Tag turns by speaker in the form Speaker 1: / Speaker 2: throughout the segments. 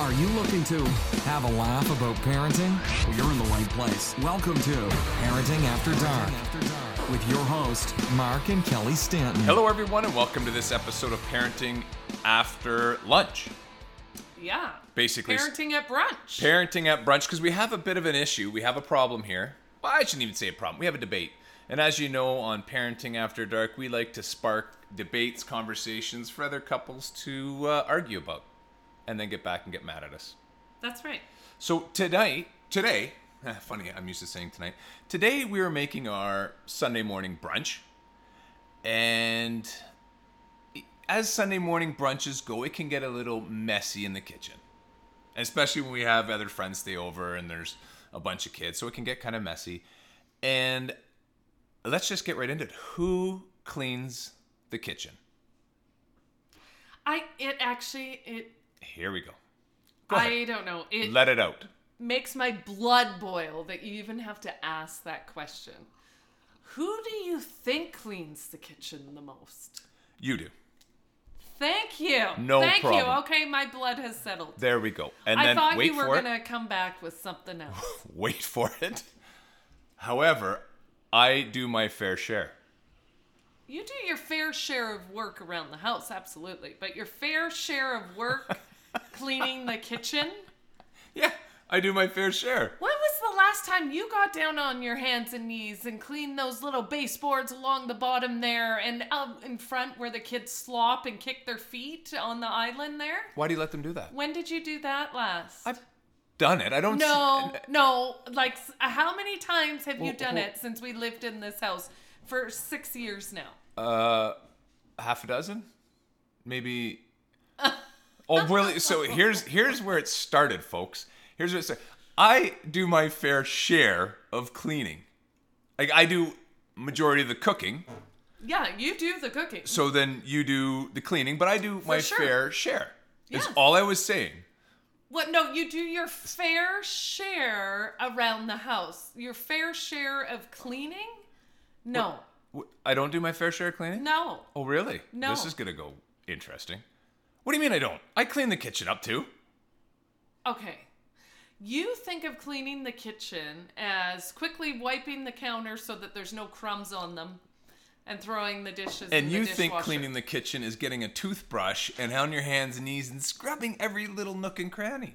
Speaker 1: Are you looking to have a laugh about parenting? Well, you're in the right place. Welcome to Parenting After Dark with your host, Mark and Kelly Stanton.
Speaker 2: Hello, everyone, and welcome to this episode of Parenting After Lunch.
Speaker 3: Yeah.
Speaker 2: Basically, s-
Speaker 3: Parenting at brunch.
Speaker 2: parenting at brunch because we have a bit of an issue. We have a problem here. Well, I shouldn't even say a problem. We have a debate. And as you know, on Parenting After Dark, we like to spark debates, conversations for other couples to uh, argue about and then get back and get mad at us.
Speaker 3: That's right.
Speaker 2: So tonight, today, funny, I'm used to saying tonight. Today we are making our Sunday morning brunch, and as Sunday morning brunches go, it can get a little messy in the kitchen, especially when we have other friends stay over and there's a bunch of kids, so it can get kind of messy. And let's just get right into it. Who cleans the kitchen?
Speaker 3: I it actually it
Speaker 2: Here we go. Go ahead.
Speaker 3: I don't know. It
Speaker 2: Let it out.
Speaker 3: makes my blood boil that you even have to ask that question. Who do you think cleans the kitchen the most?
Speaker 2: You do.
Speaker 3: Thank you.
Speaker 2: No
Speaker 3: Thank
Speaker 2: problem.
Speaker 3: you. Okay, my blood has settled.
Speaker 2: There we go. And
Speaker 3: I
Speaker 2: then
Speaker 3: thought
Speaker 2: wait
Speaker 3: you were
Speaker 2: for it.
Speaker 3: gonna come back with something else.
Speaker 2: wait for it. However, I do my fair share.
Speaker 3: you do your fair share of work around the house, absolutely. But your fair share of work cleaning the kitchen?
Speaker 2: Yeah, I do my fair share.
Speaker 3: When was the last time you got down on your hands and knees and cleaned those little baseboards along the bottom there and up in front where the kids slop and kick their feet on the island there?
Speaker 2: Why do you let them do that?
Speaker 3: When did you do that last?
Speaker 2: I've done it. I don't. s-
Speaker 3: no, no. Like, s- how many times have you
Speaker 2: Well,
Speaker 3: done
Speaker 2: well-
Speaker 3: it since we lived in this house for six years now?
Speaker 2: Uh, half a dozen, maybe. oh, really? So here's here's where it started, folks. Here's what it started. I do my fair share of cleaning. Like I do majority of the cooking.
Speaker 3: Yeah, you do the cooking.
Speaker 2: So then you do the cleaning, but I do my
Speaker 3: sure.
Speaker 2: fair share. Is
Speaker 3: Yes.
Speaker 2: all I was saying.
Speaker 3: What? No, you do your fair share around the house. Your fair share of cleaning? No.
Speaker 2: Wh- I don't do my fair share of cleaning?
Speaker 3: No.
Speaker 2: Oh, really?
Speaker 3: No.
Speaker 2: This is going to go interesting. What do you mean I don't? I clean the kitchen up too.
Speaker 3: Okay. You think of cleaning the kitchen as quickly wiping the counter so that there's no crumbs on them and throwing the dishes in
Speaker 2: And
Speaker 3: the
Speaker 2: you think
Speaker 3: dishwasher.
Speaker 2: cleaning the kitchen is getting a toothbrush and on your hands and knees and scrubbing every little nook and cranny.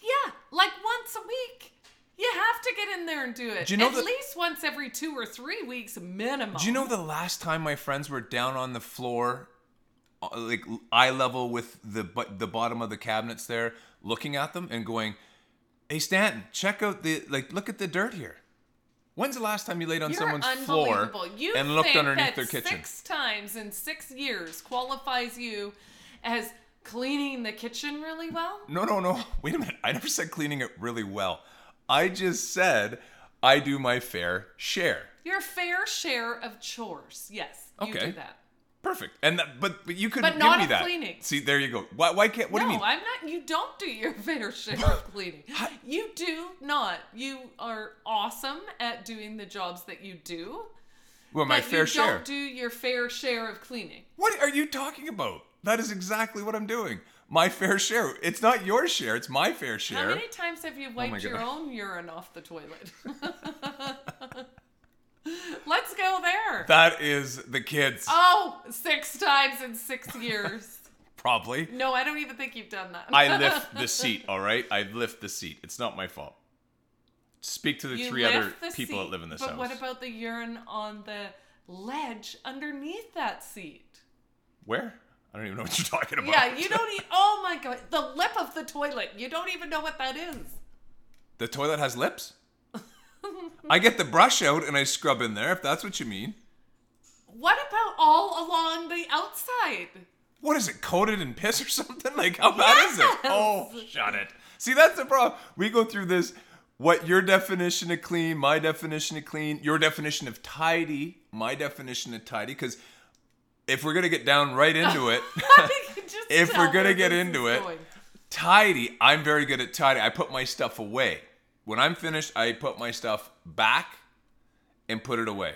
Speaker 3: Yeah, like once a week. You have to get in there and do it.
Speaker 2: Do you know
Speaker 3: At
Speaker 2: that-
Speaker 3: least once every 2 or 3 weeks minimum.
Speaker 2: Do you know the last time my friends were down on the floor, uh, like eye level with the bu- the bottom of the cabinets there, looking at them and going, "Hey Stanton, check out the like, look at the dirt here." When's the last time you laid on
Speaker 3: You're
Speaker 2: someone's floor
Speaker 3: unbelievable. you
Speaker 2: and looked
Speaker 3: think
Speaker 2: underneath
Speaker 3: that
Speaker 2: their kitchen?
Speaker 3: Six times in 6 years qualifies you as cleaning the kitchen really well?
Speaker 2: No, no, no. Wait a minute. I never said cleaning it really well. I just said I do my fair share.
Speaker 3: Your fair share of chores. Yes, you
Speaker 2: Okay.
Speaker 3: do that.
Speaker 2: Perfect. And that, but but you couldn't
Speaker 3: But
Speaker 2: give
Speaker 3: not
Speaker 2: me
Speaker 3: of
Speaker 2: that.
Speaker 3: cleaning.
Speaker 2: See, there you go. Why why can't? What
Speaker 3: no,
Speaker 2: do you mean?
Speaker 3: I'm not. You don't do your fair share of cleaning. You do not. You are awesome at doing the jobs that you do.
Speaker 2: well, my
Speaker 3: but
Speaker 2: fair
Speaker 3: you
Speaker 2: share.
Speaker 3: don't do your fair share of cleaning.
Speaker 2: what are you talking about? That is exactly what I'm doing. My fair share. It's not your share. It's my fair
Speaker 3: How
Speaker 2: share.
Speaker 3: many times have you
Speaker 2: Oh
Speaker 3: wiped your
Speaker 2: God.
Speaker 3: own urine off the toilet? Let's go there.
Speaker 2: that is the kids
Speaker 3: oh, six times in six years.
Speaker 2: probably.
Speaker 3: no, I don't even think you've done that.
Speaker 2: I lift the seat. All right, I lift the seat. It's not my fault. Speak to the
Speaker 3: You
Speaker 2: three other
Speaker 3: lift the
Speaker 2: people
Speaker 3: seat,
Speaker 2: that live in this
Speaker 3: but
Speaker 2: house.
Speaker 3: what about the urine on the ledge underneath that seat?
Speaker 2: Where? I don't even know what you're talking about.
Speaker 3: Yeah, you don't e Oh my god, the lip of the toilet. You don't even know what that is.
Speaker 2: The toilet has lips? I get the brush out and I scrub in there, if that's what you mean.
Speaker 3: What about all along the outside?
Speaker 2: What is it, coated in piss or something? Like, how bad is it?
Speaker 3: Yes!
Speaker 2: Oh, shut it. See, that's the problem. We go through this what your definition of clean, my definition of clean, your definition of tidy, my definition of tidy, because if we're going to get down right into it,
Speaker 3: I can just
Speaker 2: If
Speaker 3: tell
Speaker 2: we're gonna
Speaker 3: where
Speaker 2: get
Speaker 3: this
Speaker 2: into
Speaker 3: is
Speaker 2: it,
Speaker 3: going.
Speaker 2: tidy, I'm very good at tidy. I put my stuff away. When I'm finished, I put my stuff back and put it away.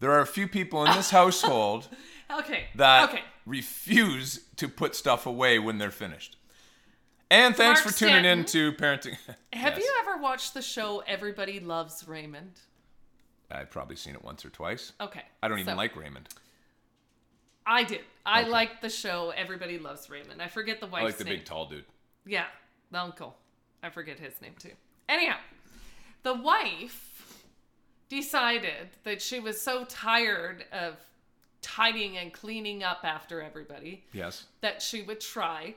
Speaker 2: There are a few people in this household
Speaker 3: Okay.
Speaker 2: that
Speaker 3: okay.
Speaker 2: refuse to put stuff away when they're finished. And thanks
Speaker 3: Mark
Speaker 2: for tuning in to
Speaker 3: Stanton.
Speaker 2: Parenting.
Speaker 3: Have
Speaker 2: Yes.
Speaker 3: you ever watched the show Everybody Loves Raymond?
Speaker 2: I've probably seen it once or twice.
Speaker 3: Okay.
Speaker 2: I don't even
Speaker 3: uh, so-
Speaker 2: like Raymond.
Speaker 3: I did. I
Speaker 2: Okay.
Speaker 3: liked the show Everybody Loves Raymond. I forget the
Speaker 2: I
Speaker 3: wife's
Speaker 2: like the
Speaker 3: name.
Speaker 2: big tall dude.
Speaker 3: Yeah, the uncle. I forget his name too. Anyhow, the wife decided that she was so tired of tidying and cleaning up after everybody
Speaker 2: Yes.
Speaker 3: that she would try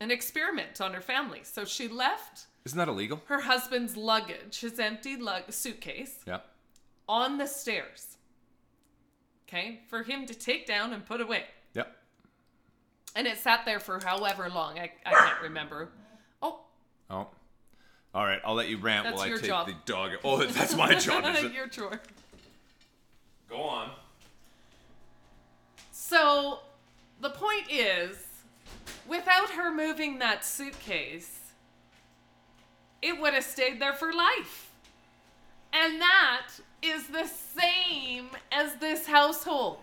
Speaker 3: an experiment on her family. So she left
Speaker 2: Isn't that illegal?
Speaker 3: her husband's luggage, his empty lug- suitcase,
Speaker 2: Yeah.
Speaker 3: on the stairs. Okay, for him to take down and put away.
Speaker 2: Yep.
Speaker 3: And it sat there for however long. I, I can't remember. Oh,
Speaker 2: Oh. All right. I'll let you rant
Speaker 3: That's
Speaker 2: while I
Speaker 3: your
Speaker 2: take
Speaker 3: job.
Speaker 2: the dog. Oh, that's my job. is it?
Speaker 3: your drawer.
Speaker 2: Go on.
Speaker 3: So the point is, without her moving that suitcase, it would have stayed there for life. And that is the same as this household.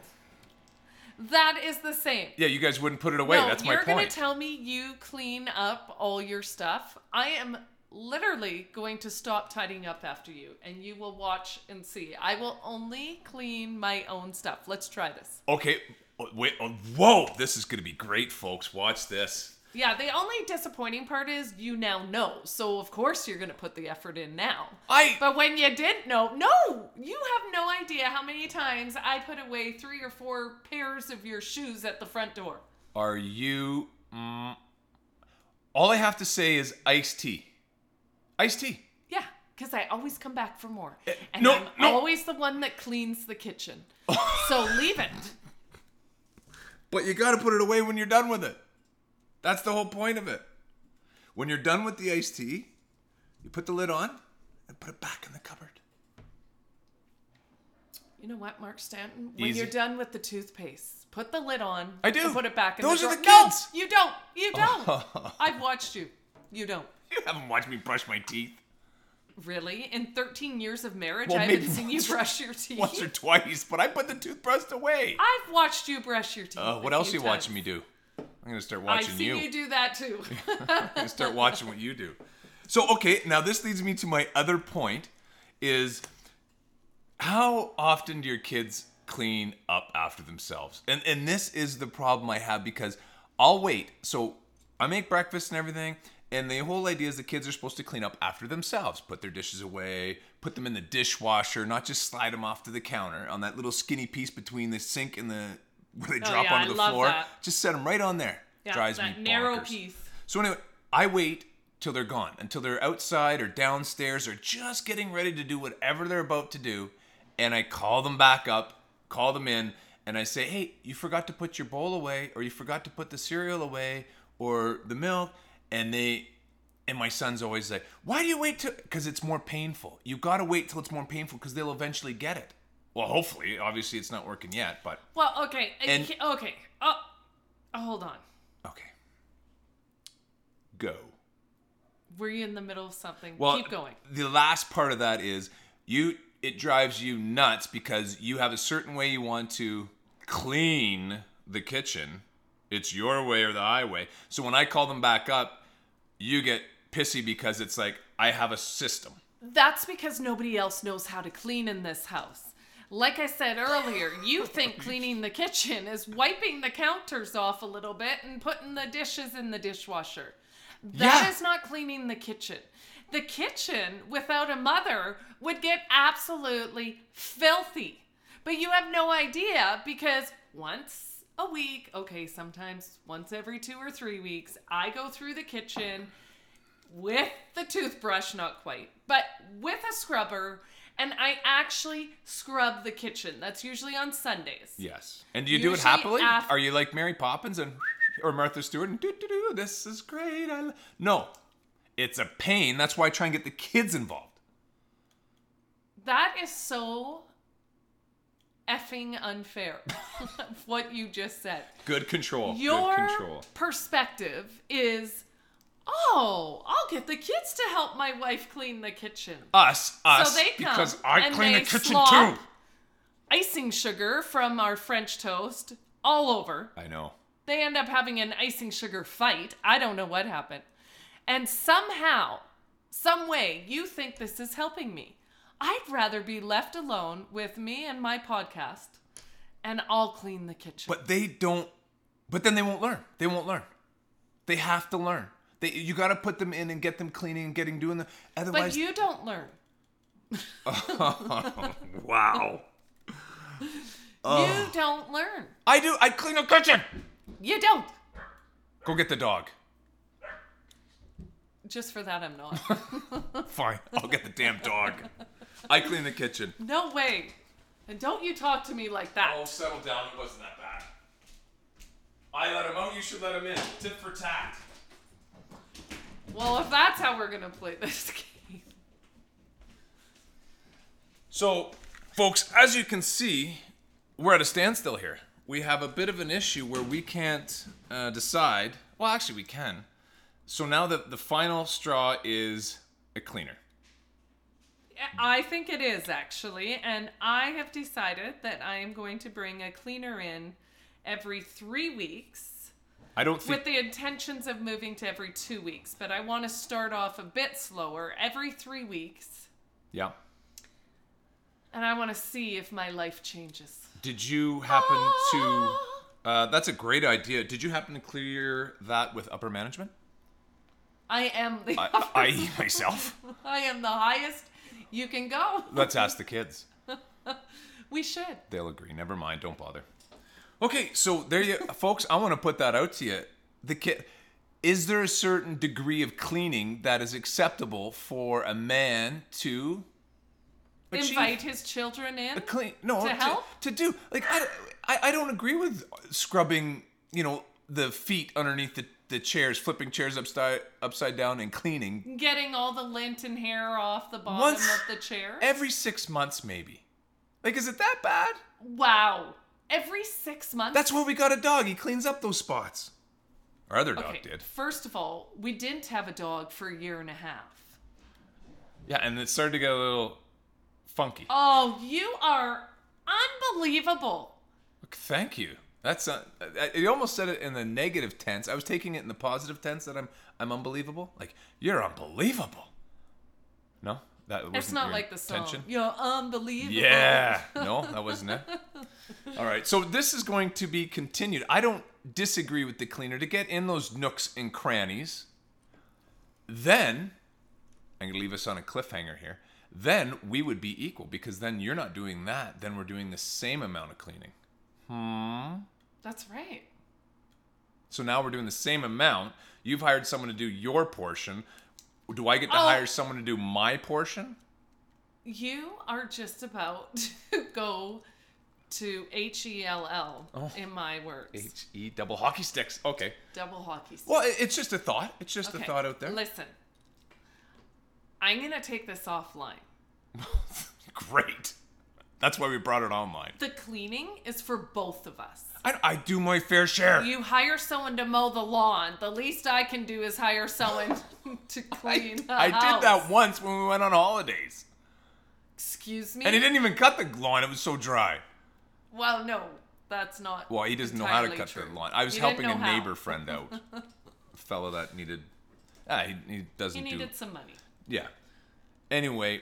Speaker 3: That is the same.
Speaker 2: Yeah, you guys wouldn't put it away.
Speaker 3: No,
Speaker 2: that's my
Speaker 3: you're gonna
Speaker 2: point.
Speaker 3: tell me you clean up all your stuff. I am literally going to stop tidying up after you, and you will watch and see. I will only clean my own stuff. Let's try this.
Speaker 2: okay. oh, Wait. oh, whoa. This is going to be great, folks. Watch this.
Speaker 3: Yeah, the only disappointing part is you now know. So of course you're gonna put the effort in now.
Speaker 2: I.
Speaker 3: But when you didn't know, no, you have no idea how many times I put away three or four pairs of your shoes at the front door.
Speaker 2: Are you? Mm, all I have to say is iced tea. Iced tea.
Speaker 3: Yeah, because I always come back for more. And
Speaker 2: Eh, no,
Speaker 3: I'm
Speaker 2: no.
Speaker 3: always the one that cleans the kitchen. so leave it.
Speaker 2: But you got to put it away when you're done with it. That's the whole point of it. When you're done with the iced tea, you put the lid on and put it back in the cupboard.
Speaker 3: You know what, Mark Stanton? When
Speaker 2: Easy.
Speaker 3: you're done with the toothpaste, put the lid on.
Speaker 2: I do.
Speaker 3: and put it back in
Speaker 2: Those
Speaker 3: the
Speaker 2: are
Speaker 3: drawer.
Speaker 2: the kids.
Speaker 3: No, you don't. You don't. I've watched you. You don't.
Speaker 2: You haven't watched me brush my teeth
Speaker 3: Really? In 13 years of marriage,
Speaker 2: Well,
Speaker 3: I
Speaker 2: maybe
Speaker 3: haven't seen you
Speaker 2: once or-
Speaker 3: brush your teeth.
Speaker 2: once or twice, but I put the toothbrush away.
Speaker 3: I've watched you brush your teeth.
Speaker 2: Uh, what
Speaker 3: a
Speaker 2: else
Speaker 3: few
Speaker 2: you watching
Speaker 3: times.
Speaker 2: me do? I'm gonna start
Speaker 3: I've
Speaker 2: watching
Speaker 3: seen you.
Speaker 2: you.
Speaker 3: do that too.
Speaker 2: I'm gonna start watching what you do. So okay, now this leads me to my other point: is how often do your kids clean up after themselves? And and this is the problem I have because I'll wait. So I make breakfast and everything, and the whole idea is the kids are supposed to clean up after themselves, put their dishes away, put them in the dishwasher, not just slide them off to the counter on that little skinny piece between the sink and the where they drop
Speaker 3: Oh, yeah,
Speaker 2: onto
Speaker 3: I
Speaker 2: the
Speaker 3: love
Speaker 2: floor.
Speaker 3: that.
Speaker 2: Just set them right on there.
Speaker 3: Yeah,
Speaker 2: Drives
Speaker 3: that
Speaker 2: me
Speaker 3: narrow
Speaker 2: bonkers.
Speaker 3: piece.
Speaker 2: So anyway, I wait till they're gone, until they're outside or downstairs or just getting ready to do whatever they're about to do, and I call them back up, call them in, and I say, "Hey, you forgot to put your bowl away or you forgot to put the cereal away or the milk." And they and my son's always like, "Why do you wait till cuz it's more painful. You got to wait till it's more painful cuz they'll eventually get it." Well, hopefully, obviously it's not working yet, but
Speaker 3: Well, okay, I
Speaker 2: And-
Speaker 3: ca- okay. Oh, oh, hold on.
Speaker 2: okay. Go.
Speaker 3: Were you in the middle of something?
Speaker 2: Well,
Speaker 3: Keep going.
Speaker 2: The last part of that is you. It drives you nuts because you have a certain way you want to clean the kitchen. It's your way or the highway. So when I call them back up, you get pissy because it's like I have a system.
Speaker 3: That's because nobody else knows how to clean in this house. Like I said earlier, you think cleaning the kitchen is wiping the counters off a little bit and putting the dishes in the dishwasher. That is
Speaker 2: Yeah.
Speaker 3: not cleaning the kitchen. The kitchen without a mother would get absolutely filthy. But you have no idea because once a week, okay, sometimes once every two or three weeks, I go through the kitchen with the toothbrush, not quite, but with a scrubber, and I actually scrub the kitchen. That's usually on Sundays.
Speaker 2: Yes. And do you do it
Speaker 3: Usually
Speaker 2: happily?
Speaker 3: af-
Speaker 2: Are you like Mary Poppins and or Martha Stewart and do do do? This is great. I lo-" no, it's a pain. That's why I try and get the kids involved.
Speaker 3: That is so effing unfair, what you just said.
Speaker 2: Good control.
Speaker 3: Your
Speaker 2: Good control.
Speaker 3: perspective is, oh, I'll get the kids to help my wife clean the kitchen.
Speaker 2: us, us,
Speaker 3: they come
Speaker 2: because I
Speaker 3: and
Speaker 2: clean the
Speaker 3: they
Speaker 2: kitchen
Speaker 3: slop.
Speaker 2: too.
Speaker 3: Icing sugar from our French toast all over.
Speaker 2: I know.
Speaker 3: They end up having an icing sugar fight. I don't know what happened. and somehow, some way, you think this is helping me. I'd rather be left alone with me and my podcast, and I'll clean the kitchen.
Speaker 2: But they don't. But then they won't learn. They won't learn. They have to learn. They you got to put them in and get them cleaning and getting doing the.
Speaker 3: But
Speaker 2: Otherwise,
Speaker 3: you don't learn.
Speaker 2: wow.
Speaker 3: You don't learn.
Speaker 2: I do. I clean the kitchen.
Speaker 3: You don't.
Speaker 2: Go get the dog.
Speaker 3: Just for that, I'm not.
Speaker 2: Fine. I'll get the damn dog. I clean the kitchen.
Speaker 3: no way. And don't you talk to me like that.
Speaker 2: Oh, settle down. It wasn't that bad. I let him out. You should let him in. Tip for tat.
Speaker 3: Well, if that's how we're gonna play this game,
Speaker 2: So, folks, as you can see, we're at a standstill here. We have a bit of an issue where we can't uh, decide. Well, actually, we can. So now the, the final straw is a cleaner.
Speaker 3: I think it is actually, and I have decided that I am going to bring a cleaner in every three weeks
Speaker 2: I don't think.
Speaker 3: with the intentions of moving to every two weeks. But I want to start off a bit slower, every three weeks,
Speaker 2: yeah.
Speaker 3: and I want to see if my life changes.
Speaker 2: Did you happen to? Uh, that's a great idea. Did you happen to clear that with upper management?
Speaker 3: I am the
Speaker 2: I, I myself.
Speaker 3: I am the highest you can go.
Speaker 2: Let's ask the kids.
Speaker 3: We should.
Speaker 2: They'll agree. Never mind. Don't bother. Okay, so there you, folks. I want to put that out to you. The kid, is there a certain degree of cleaning that is acceptable for a man to achieve?
Speaker 3: Invite his children in.
Speaker 2: A clean, no,
Speaker 3: to help?
Speaker 2: to do. Like I, I, I don't agree with scrubbing. You know, the feet underneath the, the chairs, flipping chairs upside upside down, and cleaning
Speaker 3: Getting all the lint and hair off the bottom
Speaker 2: Once
Speaker 3: of the chair.
Speaker 2: every six months, maybe. Like, is it that bad?
Speaker 3: wow. Every six months.
Speaker 2: That's why we got a dog. He cleans up those spots. Our other dog
Speaker 3: okay.
Speaker 2: did.
Speaker 3: First of all, we didn't have a dog for a year and a half.
Speaker 2: Yeah, and it started to get a little funky.
Speaker 3: Oh, you are unbelievable.
Speaker 2: Thank you. That's uh, uh, you almost said it in the negative tense. I was taking it in the positive tense that I'm I'm unbelievable. Like you're unbelievable. No, that wasn't
Speaker 3: It's not
Speaker 2: your
Speaker 3: like the song.
Speaker 2: intention?
Speaker 3: You're unbelievable.
Speaker 2: Yeah. No, that wasn't it. All right. So this is going to be continued. I don't disagree with the cleaner to get in those nooks and crannies. Then I'm gonna leave us on a cliffhanger here. Then we would be equal because then you're not doing that. Then we're doing the same amount of cleaning.
Speaker 3: That's right.
Speaker 2: So now we're doing the same amount. You've hired someone to do your portion. Do I get to
Speaker 3: Oh.
Speaker 2: hire someone to do my portion?
Speaker 3: You are just about to go to H E L
Speaker 2: Oh.
Speaker 3: L in my words.
Speaker 2: H E double hockey sticks. Okay.
Speaker 3: Double hockey stick.
Speaker 2: Well, it- it's just a thought. It's just a
Speaker 3: Okay,
Speaker 2: thought out there.
Speaker 3: Listen, I'm gonna take this offline.
Speaker 2: Great. That's why we brought it online.
Speaker 3: The cleaning is for both of us.
Speaker 2: I, I do my fair share.
Speaker 3: You hire someone to mow the lawn. The least I can do is hire someone to clean. the
Speaker 2: I did that
Speaker 3: house.
Speaker 2: once when we went on holidays.
Speaker 3: Excuse me.
Speaker 2: And he didn't even cut the lawn, it was so dry.
Speaker 3: Well, no, that's not.
Speaker 2: Well, he doesn't know how to
Speaker 3: entirely
Speaker 2: cut
Speaker 3: true.
Speaker 2: the lawn. I was
Speaker 3: He didn't
Speaker 2: helping a
Speaker 3: know how.
Speaker 2: neighbor friend out. a fella that needed. Ah, he, he
Speaker 3: He
Speaker 2: doesn't do.
Speaker 3: needed some money.
Speaker 2: Yeah. Anyway,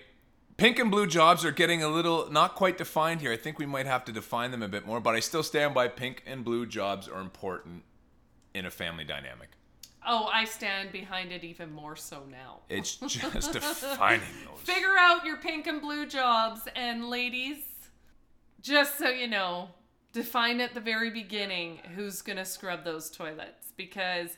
Speaker 2: pink and blue jobs are getting a little not quite defined here. I think we might have to define them a bit more, but I still stand by pink and blue jobs are important in a family dynamic.
Speaker 3: Oh, I stand behind it even more so now.
Speaker 2: It's just defining those.
Speaker 3: Figure out your pink and blue jobs, and ladies, just so you know, define at the very beginning who's gonna scrub those toilets because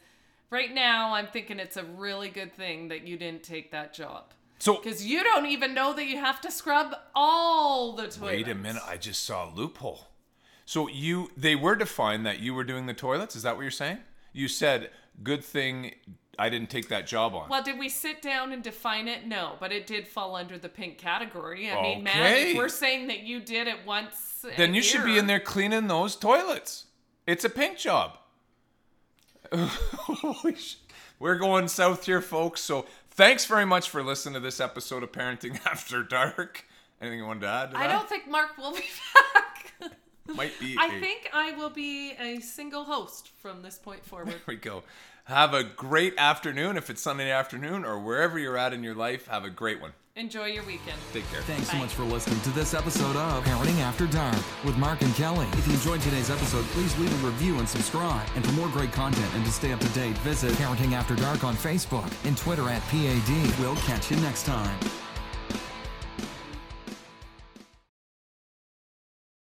Speaker 3: right now I'm thinking it's a really good thing that you didn't take that job.
Speaker 2: So
Speaker 3: Because you don't even know that you have to scrub all the toilets.
Speaker 2: wait a minute, I just saw a loophole. So you they were defined that you were doing the toilets, is that what you're saying? You said good thing I didn't take that job on.
Speaker 3: Well, did we sit down and define it? No, but it did fall under the pink category. I mean, Matt,
Speaker 2: Okay.
Speaker 3: if we're saying that you did it once, a
Speaker 2: then you should be
Speaker 3: year-
Speaker 2: in there cleaning those toilets. It's a pink job. Holy sh- We're going south here, folks. So thanks very much for listening to this episode of Parenting After Dark. Anything you wanted to add to
Speaker 3: I
Speaker 2: that?
Speaker 3: don't think Mark will be back.
Speaker 2: Might be.
Speaker 3: I
Speaker 2: a-
Speaker 3: think I will be a single host from this point forward.
Speaker 2: There we go. Have a great afternoon if it's Sunday afternoon or wherever you're at in your life. Have a great one.
Speaker 3: Enjoy your weekend.
Speaker 2: Take care.
Speaker 1: Thanks so
Speaker 3: Bye.
Speaker 1: much for listening to this episode of Parenting After Dark with Mark and Kelly. If you enjoyed today's episode, please leave a review and subscribe. And for more great content and to stay up to date, visit Parenting After Dark on Facebook and Twitter at PAD. We'll catch you next time.